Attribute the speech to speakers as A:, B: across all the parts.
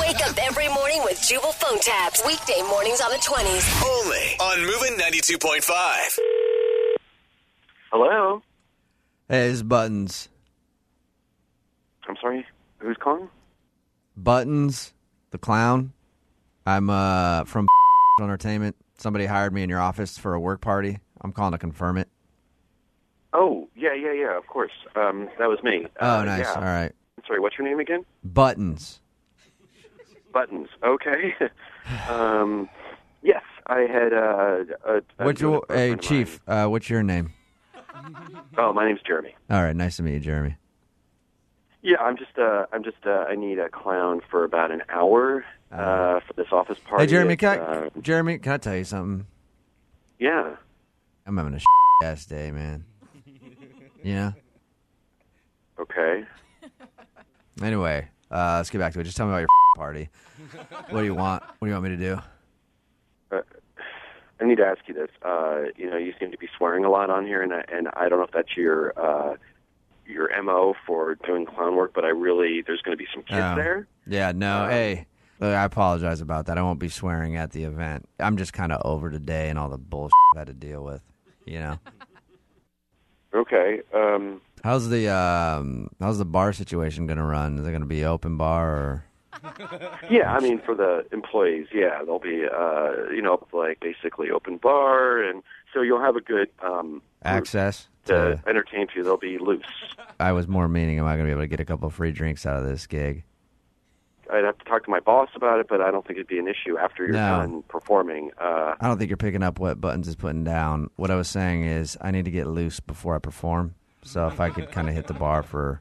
A: Wake up every morning with Jubal phone tabs. Weekday mornings on the 20s.
B: Only on Moving 92.5.
C: Hello.
D: Hey, it's Buttons.
C: I'm sorry. Who's calling?
D: Buttons, the clown. I'm uh from Entertainment. Somebody hired me in your office for a work party. I'm calling to confirm it.
C: Oh, yeah, yeah, yeah. Of course. Um, that was me.
D: Oh,
C: Uh,
D: nice.
C: Yeah.
D: All right.
C: I'm sorry. What's your name again?
D: Buttons.
C: Buttons. Okay. um, yes, I had uh, a. a
D: What's your
C: a friend
D: hey
C: of
D: chief? Uh, what's your name?
C: mine. Oh, my name's Jeremy.
D: All right. Nice to meet you, Jeremy.
C: Yeah, I'm just. Uh, I'm just. Uh, I need a clown for about an hour uh, for this office party.
D: Oh. Hey, Jeremy.
C: It's,
D: Can
C: uh,
D: I, Jeremy, can I tell you something?
C: yeah.
D: I'm having a ass day, man. Yeah.
C: Okay.
D: Anyway, uh, let's get back to it. Just tell me about your party. What do you want? What do you want me to do?
C: I need to ask you this. Uh, you know, you seem to be swearing a lot on here, and I, and I don't know if that's your uh, your mo for doing clown work, but I really there's going to be some kids
D: Oh.
C: there.
D: Yeah, no, hey. Look, I apologize about that. I won't be swearing at the event. I'm just kind of over today and all the bullshit I had to deal with. You know,
C: Okay. Um,
D: how's the um, how's the bar situation gonna run? Is it gonna be open bar or?
C: yeah, I mean for the employees, yeah, there'll be uh, you know like basically open bar, and so you'll have a good um,
D: Access
C: to
D: to,
C: entertain you. They'll be loose.
D: I was more meaning, am I going to be able to get a couple free drinks out of this gig?
C: I'd have to talk to my boss about it, but I don't think it'd be an issue after you're
D: No.
C: done performing. Uh,
D: I don't think you're picking up what Buttons is putting down. What I was saying is, I need to get loose before I perform. So if I could kind of hit the bar for,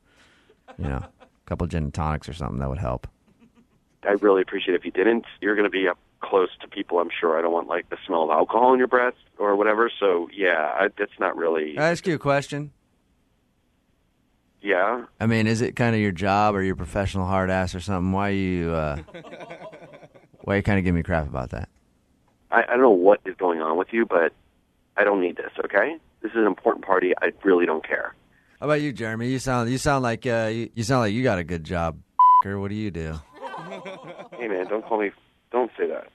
D: you know, a couple gin and tonics or something, that would help.
C: I really appreciate it. if you didn't. You're going to be up close to people, I'm sure. I don't want like the smell of alcohol in your breath or whatever. So yeah, I, that's not really.
D: Can I ask you a question?
C: yeah,
D: I mean, is it kind of your job or your professional hard ass or something? Why you uh, why you kind of give me crap about that?
C: I, I don't know what is going on with you, but I don't need this. Okay, this is an important party. I really don't care.
D: How about you, Jeremy? You sound you sound like uh, you, you sound like you got a good job. Or what do you do?
C: Hey man, don't call me. Don't say that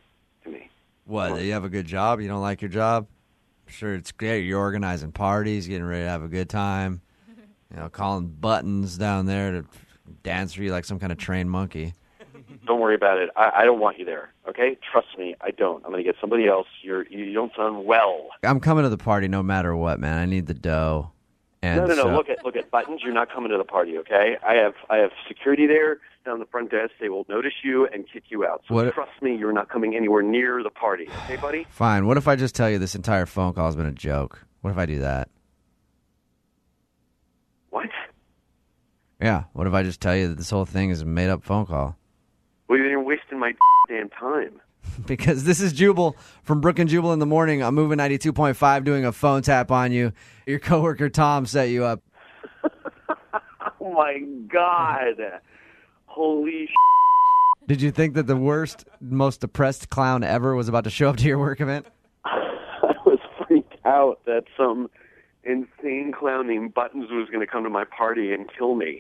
C: to me.
D: What? that You have a good job? You don't like your job? Sure, it's great. You're organizing parties, getting ready to have a good time. You know, calling buttons down there to dance for you like some kind of trained monkey.
C: Don't worry about it. I, I don't want you there. Okay, trust me. I don't. I'm going to get somebody else. You're you don't sound well.
D: I'm coming to the party no matter what, man. I need the dough. And
C: no, no, no.
D: so-
C: Look at look at buttons. You're not coming to the party, okay? I have I have security there down the front desk. They will notice you and kick you out. So
D: What-
C: trust me, you're not coming anywhere near the party, okay, buddy?
D: Fine. What if I just tell you this entire phone call has been a joke? What if I do that?
C: What?
D: Yeah. What if I just tell you that this whole thing is a made up phone call?
C: Well, you're wasting my damn time.
D: Because this is Jubal from Brook and Jubal in the morning. I'm moving 92.5 doing a phone tap on you. Your coworker Tom set you up.
C: Oh my god! Holy sh!
D: Did you think that the worst, most depressed clown ever was about to show up to your work event?
C: I was freaked out that some insane clown named Buttons was going to come to my party and kill me.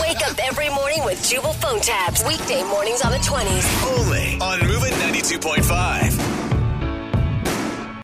A: Wake up every morning with Jubal phone tabs. Weekday mornings on the 20s.
B: Only on Moving 92.5.